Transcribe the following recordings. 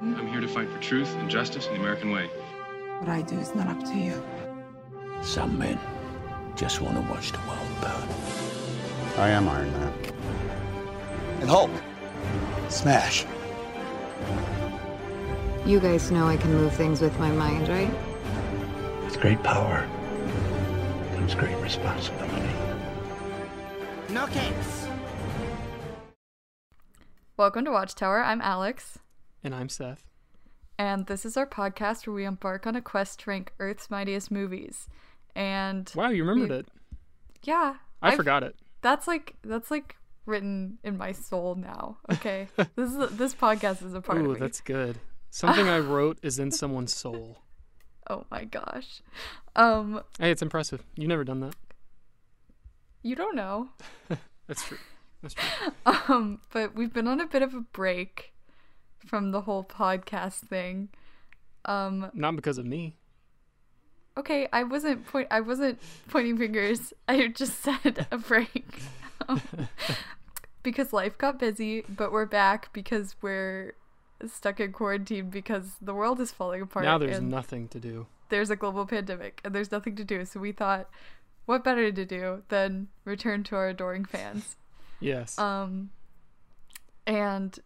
I'm here to fight for truth and justice in the American way. What I do is not up to you. Some men just want to watch the world burn. I am Iron Man. And Hulk. Smash. You guys know I can move things with my mind, right? With great power comes great responsibility. No cakes. Welcome to Watchtower. I'm Alex, And I'm Seth. and this is our podcast where we embark on a quest to rank Earth's mightiest movies. And Wow, you remembered You- it. yeah, I I've- forgot it. That's like that's like written in my soul now. Okay, this is this podcast is a part Ooh, of me. that's good. Something I wrote is in someone's soul. Oh my gosh, um, Hey, it's impressive. You've never done that. you don't know, That's true. That's true. um, but we've been on a bit of a break from the whole podcast thing. Um, Not because of me. okay, I wasn't point. I wasn't pointing fingers. I just said a break. Um, because life got busy, but we're back because we're stuck in quarantine because the world is falling apart. Now there's and nothing to do. there's a global pandemic and there's nothing to do. So we thought, what better to do than return to our adoring fans? Yes. Um, and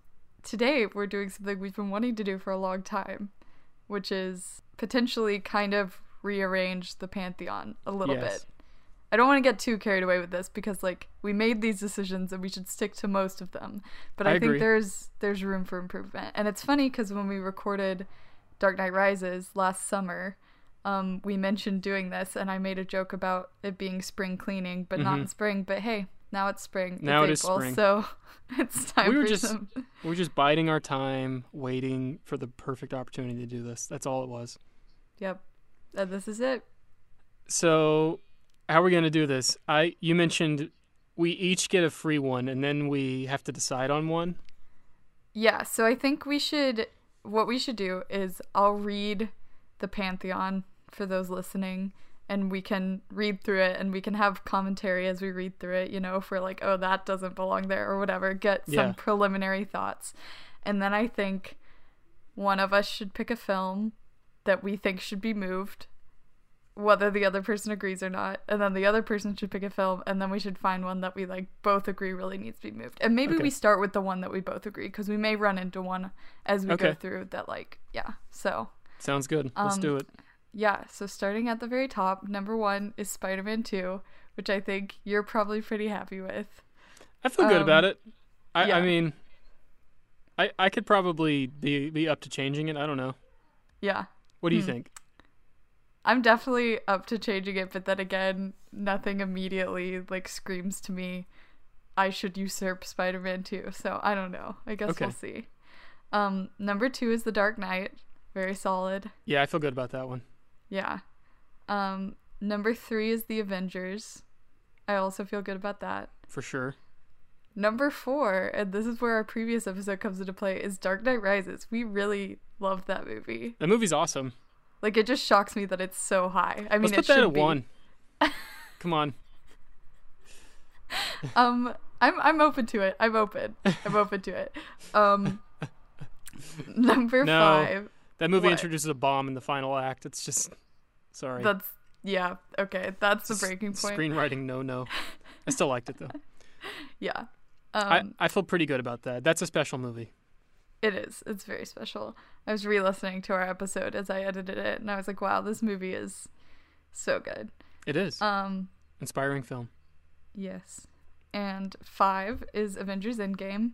today we're doing something we've been wanting to do for a long time, which is potentially kind of rearrange the pantheon a little Yes. bit. I don't want to get too carried away with this because like we made these decisions and we should stick to most of them. But I, I think agree. there's there's room for improvement. And it's funny cuz when we recorded Dark Knight Rises last summer, um, we mentioned doing this and I made a joke about it being spring cleaning, but not in spring, but hey, now it's spring. It's Mm-hmm. Now it is April, spring. So it's time we were for just some we were just biding our time, waiting for the perfect opportunity to do this. That's all it was. Yep. Uh, this is it. So, how are we going to do this? I you mentioned we each get a free one, and then we have to decide on one. Yeah, so I think we should what we should do is I'll read the Pantheon for those listening and we can read through it and we can have commentary as we read through it, you know, if we're like, oh that doesn't belong there or whatever, get some Yeah. preliminary thoughts. And then I think one of us should pick a film that we think should be moved, whether the other person agrees or not. And then the other person should pick a film, and then we should find one that we like both agree really needs to be moved. And maybe Okay. we start with the one that we both agree because we may run into one as we go Okay. through that, like, yeah. So, Sounds good. Let's Um, do it. yeah. So, starting at the very top, number one is Spider Man 2, which I think you're probably pretty happy with. I feel good about Um, it. I, yeah. I mean, I I could probably be be up to changing it. I don't know. Yeah. What do Hmm. you think? I'm definitely up to changing it, but then again, nothing immediately like screams to me I should usurp Spider-Man 2. So I don't know. I guess we'll Okay. see. Um, number two is The Dark Knight. Very solid. Yeah, I feel good about that one. Yeah. Um, number three is The Avengers. I also feel good about that. For sure. Number four, and this is where our previous episode comes into play, is Dark Knight Rises. We really loved that movie. That movie's awesome. Like it just shocks me that it's so high. I mean, Let's it put that should at be. one. Come on. Um, I'm I'm open to it. I'm open. I'm open to it. Um, number No. five. That movie What? introduces a bomb in the final act. It's just sorry. That's yeah. Okay, that's the S- breaking point. Screenwriting no no. I still liked it though. Yeah, Um, I, I feel pretty good about that. That's a special movie. it is. It's very special. I was re-listening to our episode as I edited it, and I was like, wow, this movie is so good. It is. Um, Inspiring film. yes. And five is Avengers Endgame.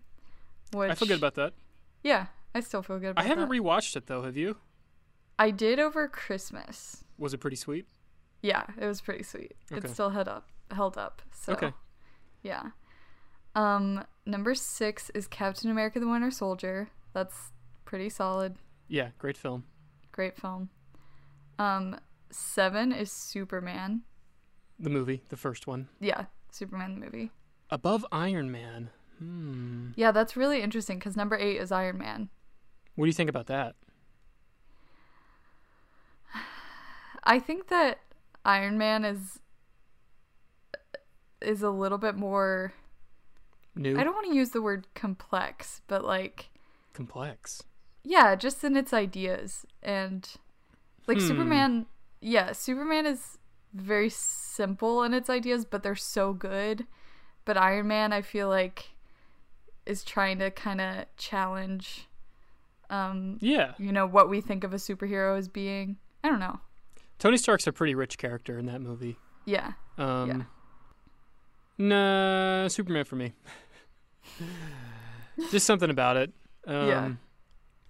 Which I feel good about that. Yeah, I still feel good I about. haven't that. rewatched it though, have you? I did over Christmas. Was it pretty sweet? Yeah, it was pretty sweet. Okay. It still held up held up. So Okay. yeah. Um number six is Captain America the Winter Soldier. That's pretty solid. Yeah, great film. Great film. Um seven is Superman. The movie, the first one. Yeah, Superman the movie. Above Iron Man. Hmm. Yeah, that's really interesting because number eight is Iron Man. What do you think about that? I think that Iron Man is is a little bit more New I don't want to use the word complex, but like complex. yeah, just in its ideas and like Hmm. Superman. Yeah, Superman is very simple in its ideas, but they're so good. But Iron Man, I feel like, is trying to kind of challenge, um, Yeah. you know, what we think of a superhero as being. I don't know. Tony Stark's a pretty rich character in that movie. Yeah, Um, Yeah. Nah, Superman for me. Just something about it. Um, Yeah.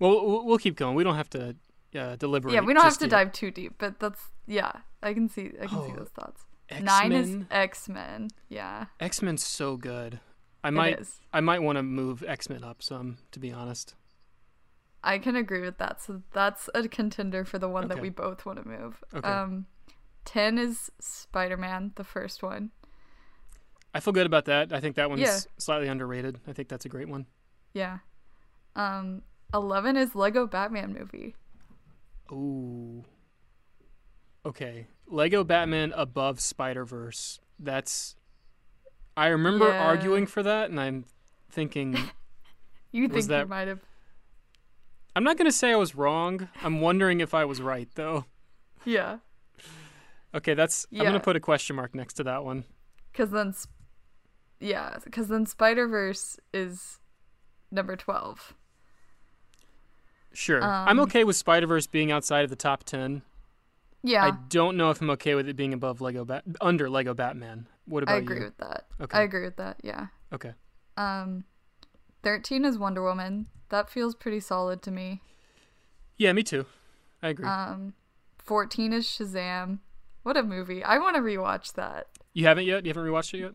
Well, we'll- we'll keep going. We don't have to uh, deliberate. yeah. We don't have just to yet. dive too deep, but that's yeah. I can see. I can see Oh, those thoughts. Nine is X-Men? X Men. Yeah, X Men's so good. I might is. I might want to move X Men up some. To be honest, I can agree with that. So that's a contender for the one that Okay. we both want to move. Okay. Um, ten is Spider Man, the first one. I feel good about that. I think that one's Yeah. slightly underrated. I think that's a great one. Yeah. Um, eleven is Lego Batman movie. Ooh. Okay. Lego Batman above Spider Verse. That's. I remember Yeah. arguing for that, and I'm thinking. You think you that- might have? I'm not going to say I was wrong. I'm wondering if I was right, though. Yeah. Okay, that's. I'm going Yeah. to put a question mark next to that one. Because then, sp- yeah. Because then Spider Verse is number twelve. Sure. I'm Um, okay with Spider Verse being outside of the top 10. Yeah. I don't know if I'm okay with it being above Lego Bat. Under Lego Batman. What about I agree you? with that. Okay. I agree with that. Yeah. Okay. Um, thirteen is Wonder Woman. That feels pretty solid to me. Yeah, me too. I agree. Um, fourteen is Shazam. What a movie! I want to rewatch that. you haven't yet? You haven't rewatched it yet?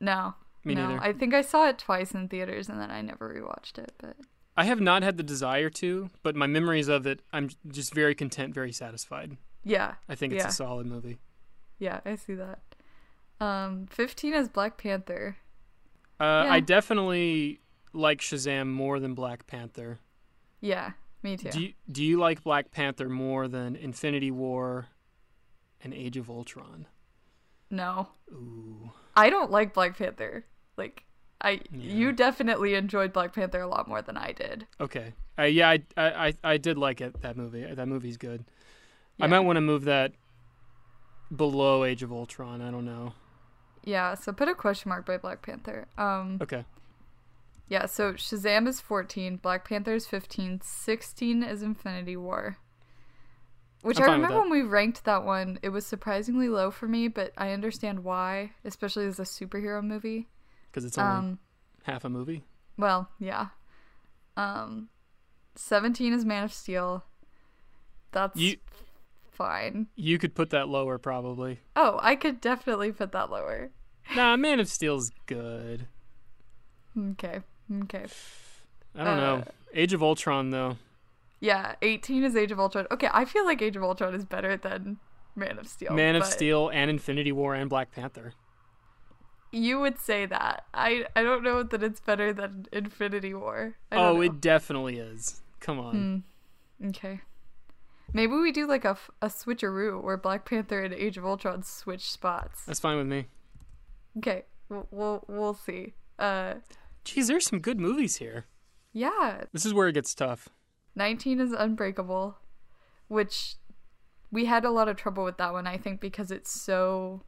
No, Me no. neither. I think I saw it twice in theaters and then I never rewatched it. But I have not had the desire to, but my memories of it, I'm just very content, very satisfied. yeah, I think it's yeah, a solid movie. yeah. I see that. Um, fifteen is Black Panther. Uh, I Yeah. definitely like Shazam more than Black Panther. Yeah, me too. Do you, do you like Black Panther more than Infinity War and Age of Ultron? no. Ooh. I don't like Black Panther. Like I, you definitely enjoyed Black Panther a lot more than I did. Okay. Uh, yeah, I, I, I, I did like it, that movie. Uh, That movie's good. I Yeah. might want to move that below Age of Ultron. I don't know. Yeah, so put a question mark by Black Panther. Um Okay. yeah, so Shazam is 14, Black Panther is 15, 16 is Infinity War. Which I'm I fine with remember that. when we ranked that one, it was surprisingly low for me, but I understand why, especially as a superhero movie. Because it's only Um, half a movie. Well, yeah. Um 17 is Man of Steel. That's You- fine. You could put that lower, probably. Oh, I could definitely put that lower. Nah, Man of Steel's good. Okay. Okay. I don't Uh, know. Age of Ultron though. Yeah, 18 is Age of Ultron. Okay, I feel like Age of Ultron is better than Man of Steel. Man of oh, but Steel and Infinity War and Black Panther. You would say that. I I don't know that it's better than Infinity War. I don't Oh, know. Hmm. it definitely is. Come on. Okay. Maybe we do like a, f- a switcheroo where Black Panther and Age of Ultron switch spots. That's fine with me. Okay, we'll we'll, we'll see. Uh, Geez, there's some good movies here. yeah, This is where it gets tough. 19 is Unbreakable, which we had a lot of trouble with that one, I think, because it's so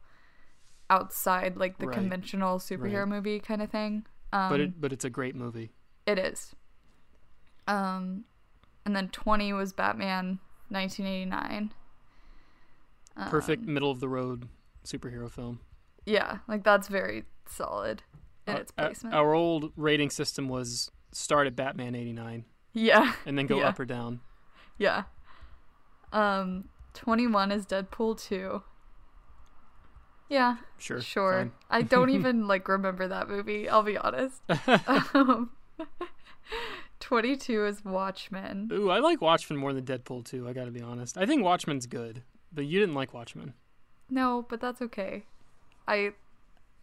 outside like the Right. conventional superhero Right. movie kind of thing. Um, But it but it's a great movie. it is. Um, and then 20 was Batman 1989. uh-uh. Perfect middle of the road superhero film. Yeah, like that's very solid in Our- its our- placement. Uh, Our, old rating system was start at Batman 89 yeah, and then go Yeah. up or down. yeah. Um, 21 is Deadpool 2. Yeah, Sure. Sure. fine. I don't even like remember that movie, I'll be honest. um, 22 is Watchmen. Ooh, I like Watchmen more than Deadpool too, I got to be honest. I think Watchmen's good, but you didn't like Watchmen. No, but that's okay. I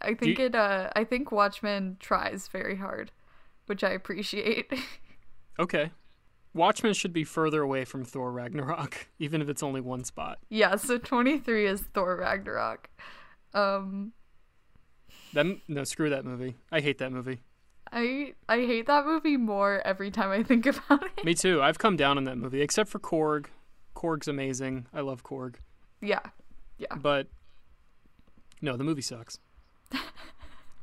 I think you- it uh I think Watchmen tries very hard, which I appreciate. Okay. Watchmen should be further away from Thor Ragnarok, even if it's only one spot. yeah, so 23 is Thor Ragnarok. Um Them no, screw that movie. I hate that movie. I I hate that movie more every time I think about it. Me too. I've come down on that movie, except for Korg. Korg's amazing. I love Korg. Yeah. But no, the movie sucks.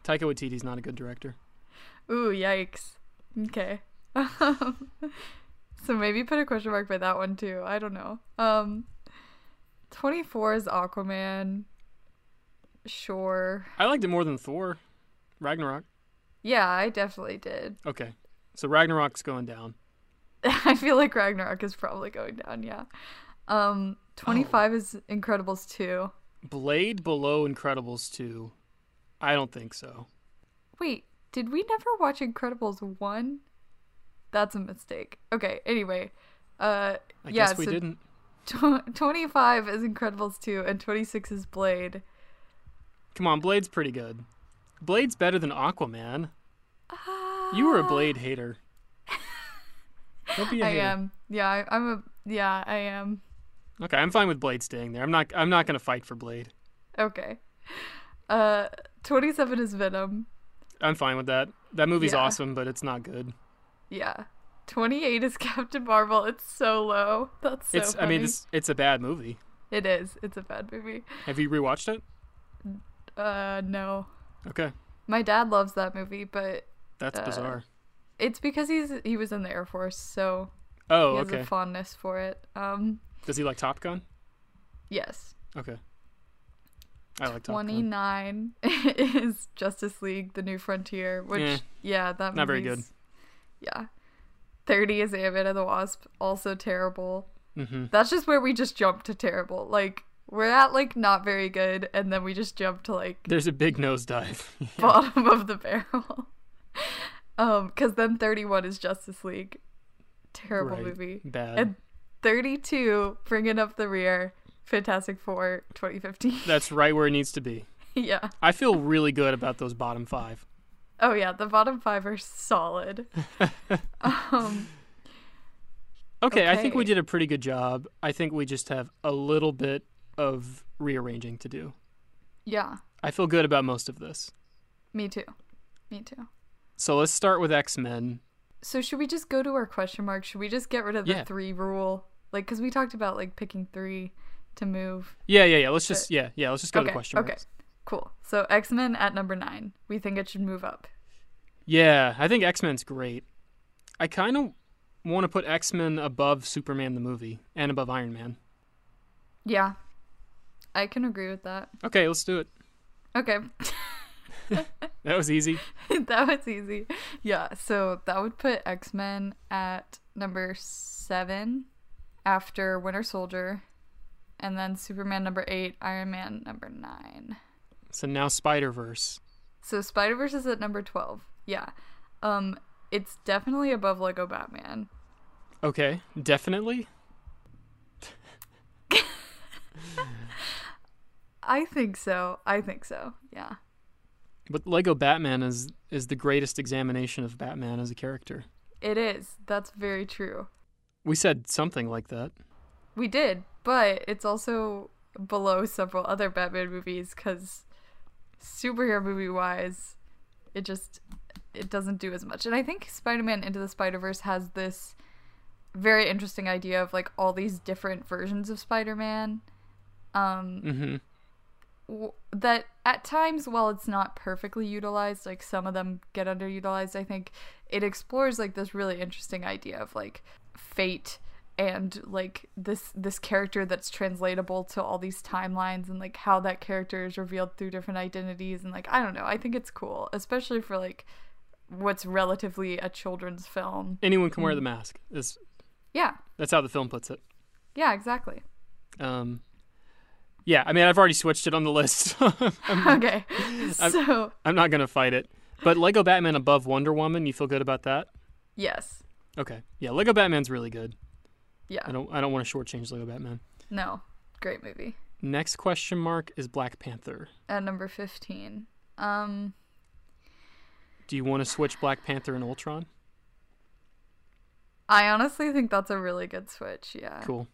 Taika Waititi's not a good director. Ooh, yikes. Okay. so maybe put a question mark by that one too. I don't know. Um 24 is Aquaman. Sure. I liked it more than Thor. Ragnarok. Yeah, I definitely did. Okay. So Ragnarok's going down. I feel like Ragnarok is probably going down, yeah. Um 25 is Incredibles 2. Blade below Incredibles 2. I don't think so. Wait, did we never watch Incredibles 1? That's a mistake. Okay, anyway. Uh I yeah, guess we so didn't. tw- 25 is Incredibles 2 and 26 is Blade. Come on, Blade's pretty good. Blade's better than Aquaman. you were a Blade hater. Don't be a Ah. I hater. am. Yeah, I, I'm a yeah, I am. Okay, I'm fine with Blade staying there. I'm not. I'm not gonna fight for Blade. Okay. Uh 27 is Venom. I'm fine with that. That movie's Yeah. awesome, but it's not good. Yeah. 28 is Captain Marvel. It's so low. That's so it's. I mean, funny. it's, it's a bad movie. It is. It's a bad movie. Have you rewatched it? Uh no. Okay, My dad loves that movie, but that's Uh, bizarre. it's because he's he was in the Air Force, so Oh, he has okay. a fondness for it. Um Does he like Top Gun? yes. Okay. I like Top Twenty Gun. nine is Justice League: The New Frontier, which Eh, yeah, that not very movie's- Yeah, thirty is Ant Man and the Wasp, also terrible. Mm-hmm. That's just where we just jump to terrible. Like we're at like not very good, and then we just jump to like There's a big nosedive. bottom of the barrel. um, because then thirty one is Justice League, terrible Right. movie. Bad. And 32, bringing up the rear, Fantastic Four 2015. that's right where it needs to be. yeah. I feel really good about those bottom five. Oh, yeah. The bottom five are solid. um, Okay, I think we Okay. did a pretty good job. I think we just have a little bit of rearranging to do. yeah. I feel good about most of this. Me too. Me too. So let's start with X Men. So, should we just go to our question mark? Should we just get rid of the Yeah. three rule? Like, because we talked about like picking three to move. Yeah, yeah, yeah. Let's just yeah, yeah. Let's just go to Uh, okay. question marks. Okay. Cool. So, X Men at number nine. We think it should move up. Yeah, I think X Men's great. I kind of want to put X Men above Superman the movie and above Iron Man. Yeah. I can agree with that. Okay, let's do it. Okay. That was easy. that was easy. Yeah, so that would put X Men at number seven after Winter Soldier, and then Superman number eight, Iron Man number nine. So now Spider Verse. So Spider Verse is at number twelve. Yeah, um, it's definitely above Lego Batman. Okay, definitely. I think so. I think so. Yeah. But Lego Batman is is the greatest examination of Batman as a character. It is. That's very true. We said something like that. We did, but it's also below several other Batman movies because superhero movie wise, it just it doesn't do as much. And I think Spider-Man Into the Spider-Verse has this very interesting idea of like all these different versions of Spider-Man. Um, Mm-hmm. w- that at times while it's not perfectly utilized like some of them get underutilized i think it explores like this really interesting idea of like fate and like this this character that's translatable to all these timelines and like how that character is revealed through different identities and like i don't know i think it's cool especially for like what's relatively a children's film Anyone can wear the Mm. mask. Is yeah that's how the film puts it. yeah exactly Um, yeah, I mean, I've already switched it on the list. I'm, okay so I'm not gonna fight it. But Lego Batman above Wonder Woman, you feel good about that? yes Okay, yeah, Lego Batman's really good. yeah I don't, I don't want to shortchange Lego Batman. no great movie Next question mark is Black Panther. at number 15 um Do you want to switch Black Panther and Ultron? I honestly think that's a really good switch. Yeah. Cool.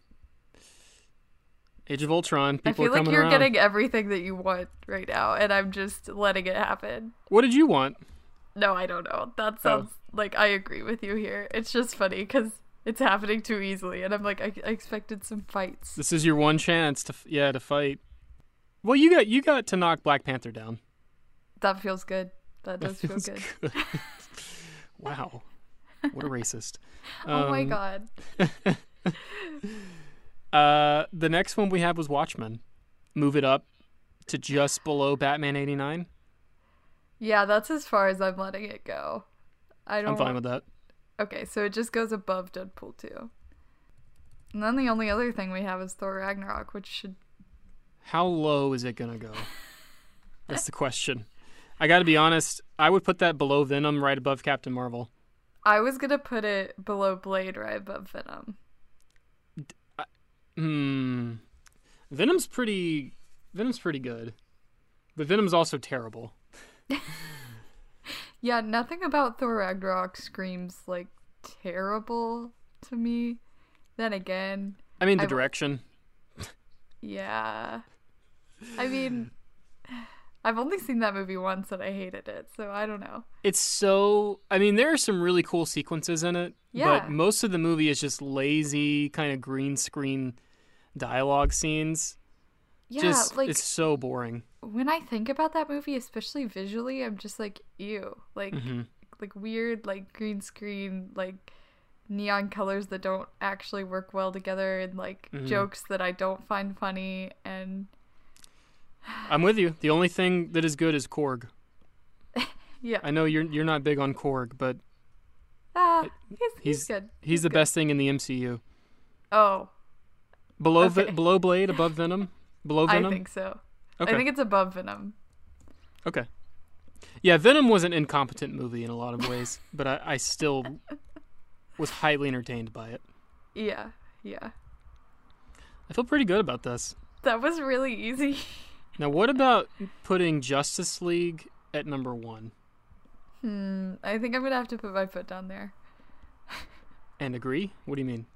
Age of Ultron. I People feel are like coming you're around. getting everything that you want right now, and I'm just letting it happen. What did you want? No, I don't know. Oh. That sounds like I agree with you here. It's just funny because it's happening too easily, and I'm like, I, I expected some fights. This is your one chance to f- yeah to fight. Well, you got you got to knock Black Panther down. That feels good. That does feel good. Wow, what a racist. oh my Um, god. Uh, the next one we have was Watchmen. Move it up to just below Batman eighty nine. Yeah, that's as far as I'm letting it go. I don't. I'm fine with that. Okay, so it just goes above Deadpool 2. And then the only other thing we have is Thor Ragnarok, which should. How low is it gonna go? That's the question. I got to be honest. I would put that below Venom, right above Captain Marvel. I was gonna put it below Blade, right above Venom. Hmm. Venom's pretty. Venom's pretty good, but Venom's also terrible. Yeah, nothing about Thor Ragnarok screams like terrible to me. Then again, I mean, the I- direction. yeah. I mean, I've only seen that movie once and I hated it, so I don't know. It's so. I mean, there are some really cool sequences in it, Yeah. but most of the movie is just lazy, kind of green screen dialogue scenes. Yeah, just like it's so boring. when I think about that movie, especially visually, I'm just like, ew, like, Mm-hmm. like weird, like green screen, like neon colors that don't actually work well together, and like Mm-hmm. jokes that I don't find funny, and I'm with you. The only thing that is good is Korg. Yeah. I know you're you're not big on Korg, but ah, he's, he's, he's good. he's, the good. best thing in the MCU. Oh, Below Ve- Okay. below Blade, above Venom. Below Venom. I think so. okay. I think it's above Venom. Okay. Yeah, Venom was an incompetent movie in a lot of ways, but I, I still was highly entertained by it. Yeah, yeah. I feel pretty good about this. That was really easy. Now, what about putting Justice League at number one? I think I'm gonna have to put my foot down there. And agree? What do you mean?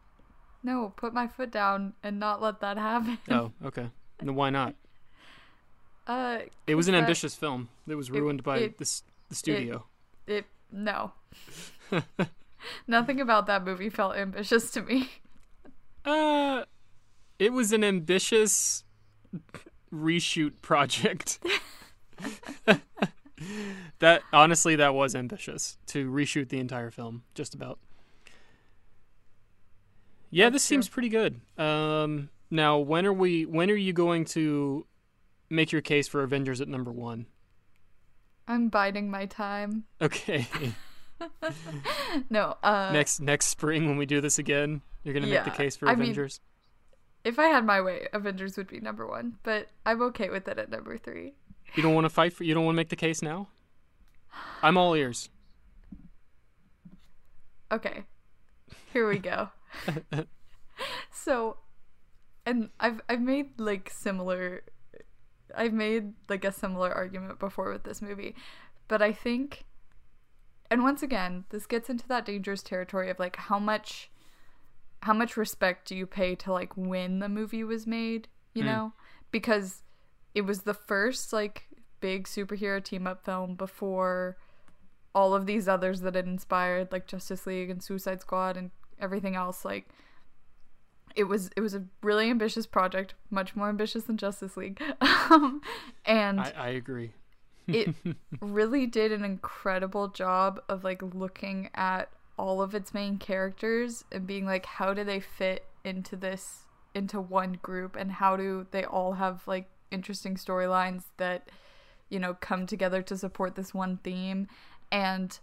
No, put my foot down and not let that happen. Oh, okay. Then why not? Uh, It was an that- ambitious film that was ruined by it- this, the studio. it no nothing about that movie felt ambitious to me uh, it was an ambitious reshoot project. that honestly, that was ambitious to reshoot the entire film, just about. Yeah, this seems pretty good. Um, now, when are we? When are you going to make your case for Avengers at number one? i'm biding my time Okay, no uh next next spring when we do this again, you're gonna make Yeah, the case for I mean- Avengers. if i had my way avengers would be number one but i'm okay with it at number three You don't want to fight for. You don't want to make the case now. I'm all ears. okay here we go so and i've i've made like similar i've made like a similar argument before with this movie but i think and once again this gets into that dangerous territory of like how much how much respect do you pay to like when the movie was made you know because it was the first like big superhero team up film before all of these others that it inspired like justice league and suicide squad and everything else like it was it was a really ambitious project much more ambitious than justice league um, and I, I agree. it really did an incredible job of like looking at all of its main characters and being like how do they fit into this into one group and how do they all have like interesting storylines that you know come together to support this one theme and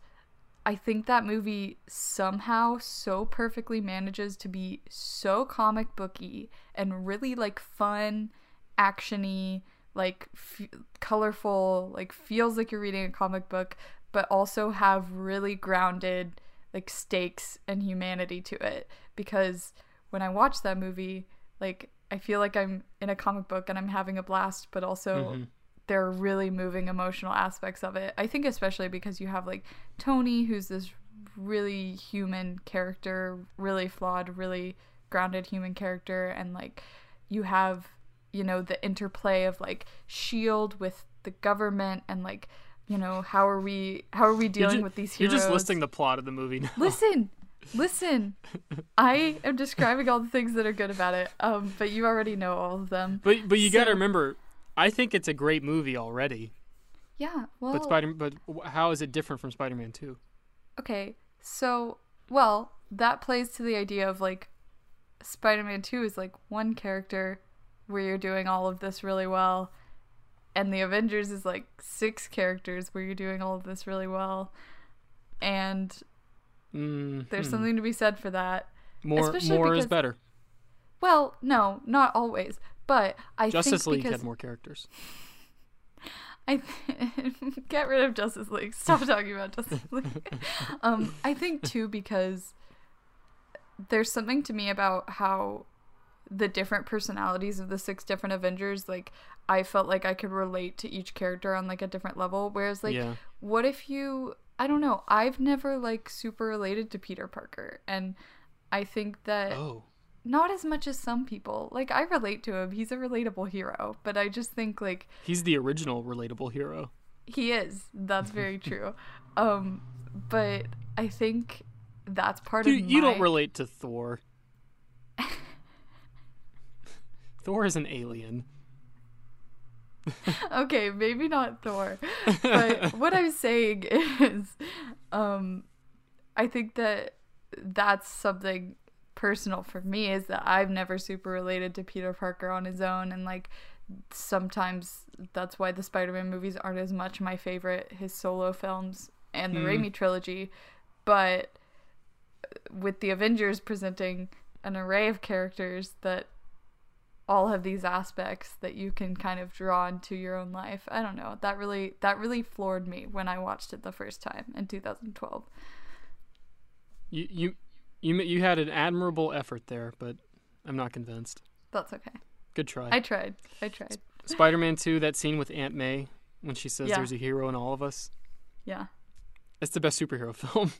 I think that movie somehow so perfectly manages to be so comic booky and really like fun, actiony, like f- colorful, like feels like you're reading a comic book, but also have really grounded like stakes and humanity to it because when I watch that movie, like I feel like I'm in a comic book and I'm having a blast, but also there are really moving emotional aspects of it. I think especially because you have like Tony, who's this really human character, really flawed, really grounded human character, and like you E have, you know, the interplay of like Shield with the government and like you know, how are we how are we You're dealing ju- with these You're heroes? just listing the plot of the movie now. Listen, listen. I am describing all the things that are good about it, um, but you already know all of them. But but you got to So- remember, I think it's a great movie already. Yeah, well, But Spider but wh- how is it different from Spider-Man 2? okay. So, well, that plays to the idea of like Spider-Man 2 is like one character where you're doing all of this really well, and the Avengers is like six characters where you're doing all of this really well. And Mm, there's something to be said for that. more especially more is because- better. Well, no, not always, but I Justice think League because had more characters. I th- get rid of Justice League. Stop talking about Justice League. um, I think too because there's something to me about how the different personalities of the six different Avengers. Like I felt like I could relate to each character on like a different level. Whereas like, Yeah. what if you? I don't know. I've never like super related to Peter Parker, and I think that Oh. not as much as some people. Like I relate to him. He's a relatable hero, but I just think like He's the original relatable hero. he is. That's very true. Um, but I think that's part You, of you don't my- relate to Thor. Thor is an alien. Okay, maybe not Thor, but what I'm saying is, um, I think that that's something personal for me is that I've never super related to Peter Parker on his own, and like sometimes that's why the Spider-Man movies aren't as much my favorite. His solo films and the Raimi trilogy, but with the Avengers presenting an array of characters that all have these aspects that you can kind of draw into your own life. I don't know. That really that really floored me when I watched it the first time in 2012. You you you ma- you had an admirable effort there, but I'm not convinced. That's okay. Good try. I tried. I tried. Spider-Man 2, that scene with Aunt May when she says Yeah. there's a hero in all of us. Yeah. That's the best superhero film.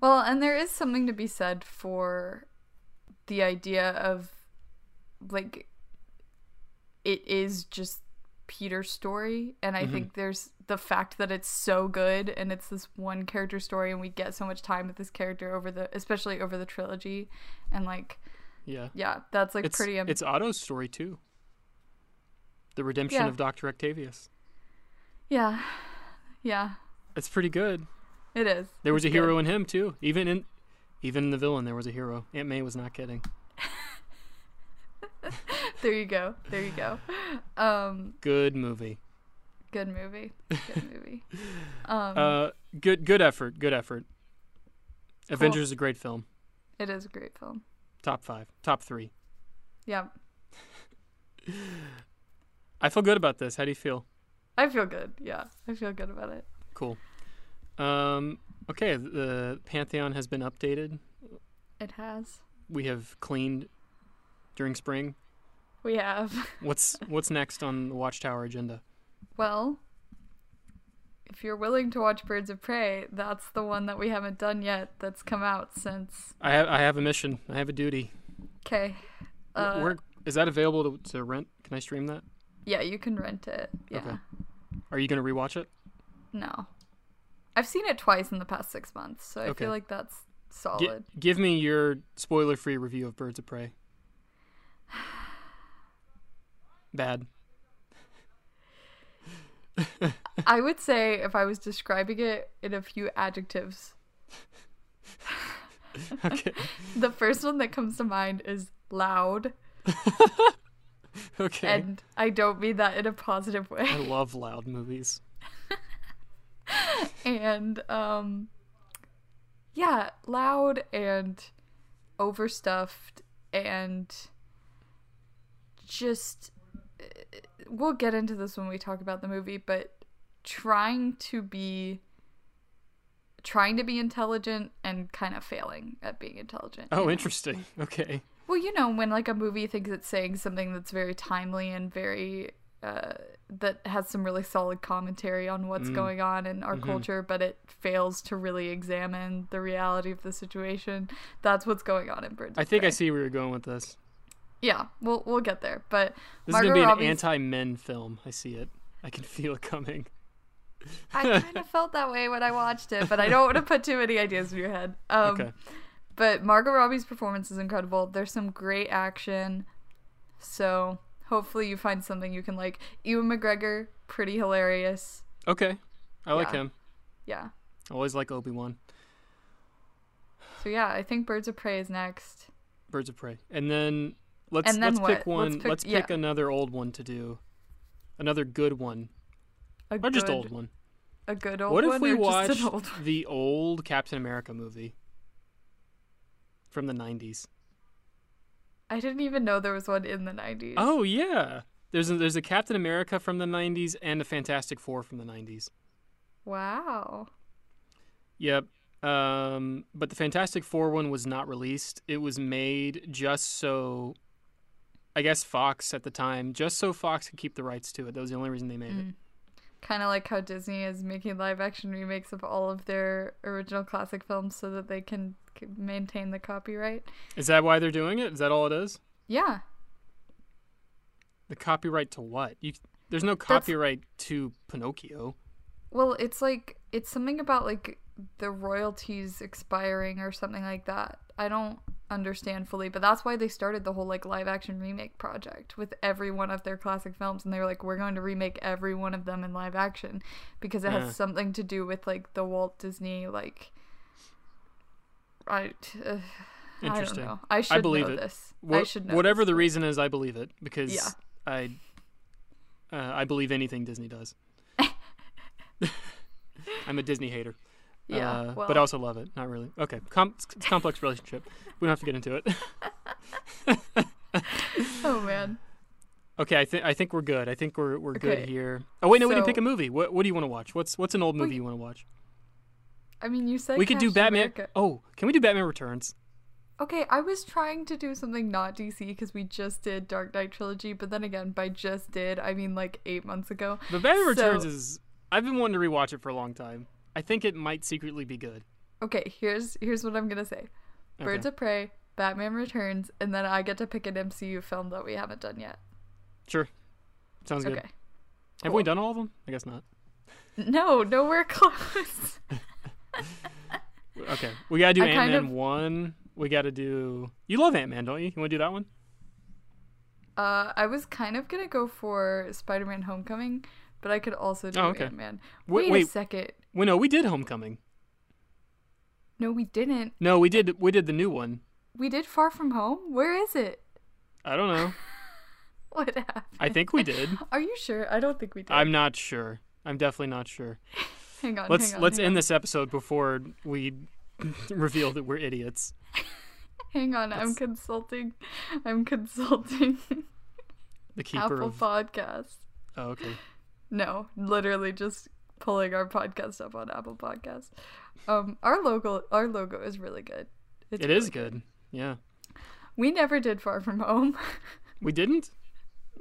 Well, and there is something to be said for the idea of like it is just Peter's story and I think there's the fact that it's so good and it's this one character story and we get so much time with this character over the especially over the trilogy and like yeah. yeah, that's like It's pretty um, am- it's Otto's story too. The redemption Yeah. of Dr. Octavius. yeah. Yeah, It's pretty good. it is. There was It's a good. hero in him too. Even in even in the villain there was a hero. Aunt May was not kidding. There you go. There you go. Um Good movie. good movie. Good movie. Um Uh good good effort, good effort. Avengers is a great film. it is a great film. Top 5, top 3. Yeah. I feel good about this. How do you feel? I feel good. Yeah, I feel good about it. Cool. Um, okay, the Pantheon has been updated. It has. We have cleaned during spring. We have. What's what's next on the Watchtower agenda? Well, if you're willing to watch Birds of Prey, that's the one that we haven't done yet that's come out since. I have I have a mission. I have a duty. Okay. Uh, W- Where is that available to, to rent? Can I stream that? Yeah, you can rent it. Yeah. Okay. Are you gonna rewatch it? No. I've seen it twice in the past six months, so I Okay. feel like that's Gi- solid. give me your spoiler-free review of Birds of Prey. Bad. I would say if I was describing it in a few adjectives, Okay. the first one that comes to mind is loud, Okay. and I don't mean that in a positive way. I love loud movies. and um yeah loud and overstuffed and just we'll get into this when we talk about the movie but trying to be trying to be intelligent and kind of failing at being intelligent you Oh, know? interesting. Okay. Well, you know, when like a movie thinks it's saying something that's very timely and very uh, that has some really solid commentary on Mm. what's going on in Mm-hmm. our culture, but it fails to really examine the reality of the situation. That's what's going on in Birds. I of think I Prey. see where you're going with this. Yeah, we'll we'll get there, but This Margot is gonna be Robbie's an anti-men film. I see it. I can feel it coming. I kind of felt that way when I watched it, but I don't want to put too many ideas in your head. Um, Okay. But Margot Robbie's performance is incredible. There's some great action. So hopefully you find something you can like. Ewan McGregor, pretty hilarious. Okay. I like Yeah. him. Yeah. I always like Obi Wan. So yeah, I think Birds of Prey is next. Birds of Prey. And then let's And then let's pick what? one. Let's Let's pick, pick- yeah. another old one to do. Another good one. A Or just good- old one. A good old what one. if we or watched just an old one? the old Captain America movie from the 90s? I didn't even know there was one in the 90s. Oh yeah. There's a, there's a Captain America from the 90s and a Fantastic 4 from the 90s. Wow. Yep. Um, but the Fantastic Four one was not released. It was made just so, I guess Fox at the time, just so Fox could keep the rights to it. That was the only reason they made it. Kind of like how Disney is making live action remakes of all of their original classic films so that they can c- maintain the copyright. Is that why they're doing it? Is that all it is? Yeah. The copyright to what? You, there's no copyright to Pinocchio. Well, it's like it's something about like the royalties expiring or something like that. I don't understand fully, but that's why they started the whole like live action remake project with every one of their classic films and they were like we're going to remake every one of them in live action because it Yeah. has something to do with like the Walt Disney like I uh, I don't Interesting. know. I should believe know it. this. I Wha- should know whatever this, the but- reason is, I believe it because Yeah. I uh, I believe anything Disney does. I'm a Disney hater. Yeah, uh, well, but I also love it. Not really. Okay, Com- it's it's a complex relationship. We don't have to get into it. oh man. okay, I think I think we're good. I think we're we're good Okay, here. Oh wait, no, we didn't so- pick a movie. What what do you want to watch? What's what's an old movie y- you want to watch? I mean, you said we could do Captain Batman. America. Oh, can we do Batman Returns? Okay, I was trying to do something not DC because we just did Dark Knight trilogy, but then again, by just did, I mean like eight months ago. But Batman So- Returns is I've been wanting to rewatch it for a long time. I think it might secretly be good. okay. Here's here's what I'm gonna say: Birds Okay. of Prey, Batman Returns, and then I get to pick an MCU film that we haven't done yet. Sure. Sounds good. Okay. Have we done all of them? I guess not. No, nowhere close. Okay. We gotta do I Ant kind Man of- one. We gotta do. You love Ant Man, don't you? You want to do that one? uh, I was kind of gonna go for Spider-Man: Homecoming, but I could also do Oh, okay. Ant-Man. Wait- Wait, wait. a second. Well, no, we did Homecoming. No, we didn't. No, we did. We did the new one. We did Far From Home. Where is it? I don't know. What happened? I think we did. Are you sure? I don't think we did. I'm not sure. I'm definitely not sure. Hang on. Let's hang on, Oh let's hang end on. this episode before we reveal that we're idiots. Hang on, I'm consulting. I'm consulting The keeper Apple of. Podcast. Oh, okay. No, literally just pulling our podcast up on Apple Podcast. Um, our logo, our logo is really good. It's It is good. Yeah. We never did Far From Home. We didn't.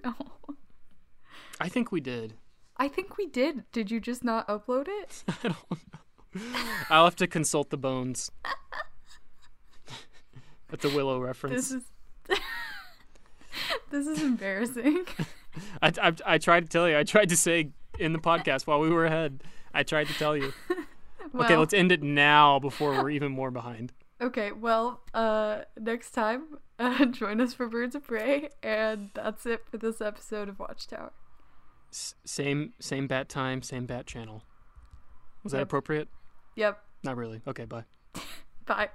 no, I think we did. I think we did. Did you just not upload it? I don't know. I'll have to consult the bones. That's a Willow reference. This is this is embarrassing. I, I, I tried to tell you. I tried to say in the podcast while we were ahead. I tried to tell you. Well, okay, let's end it now before we're even more behind. Okay, well, uh, next time, uh, join us for Birds of Prey, and that's it for this episode of Watchtower. S- same same bat time, same bat channel. Was that Yep. appropriate? Yep, Not really. Okay, bye. bye.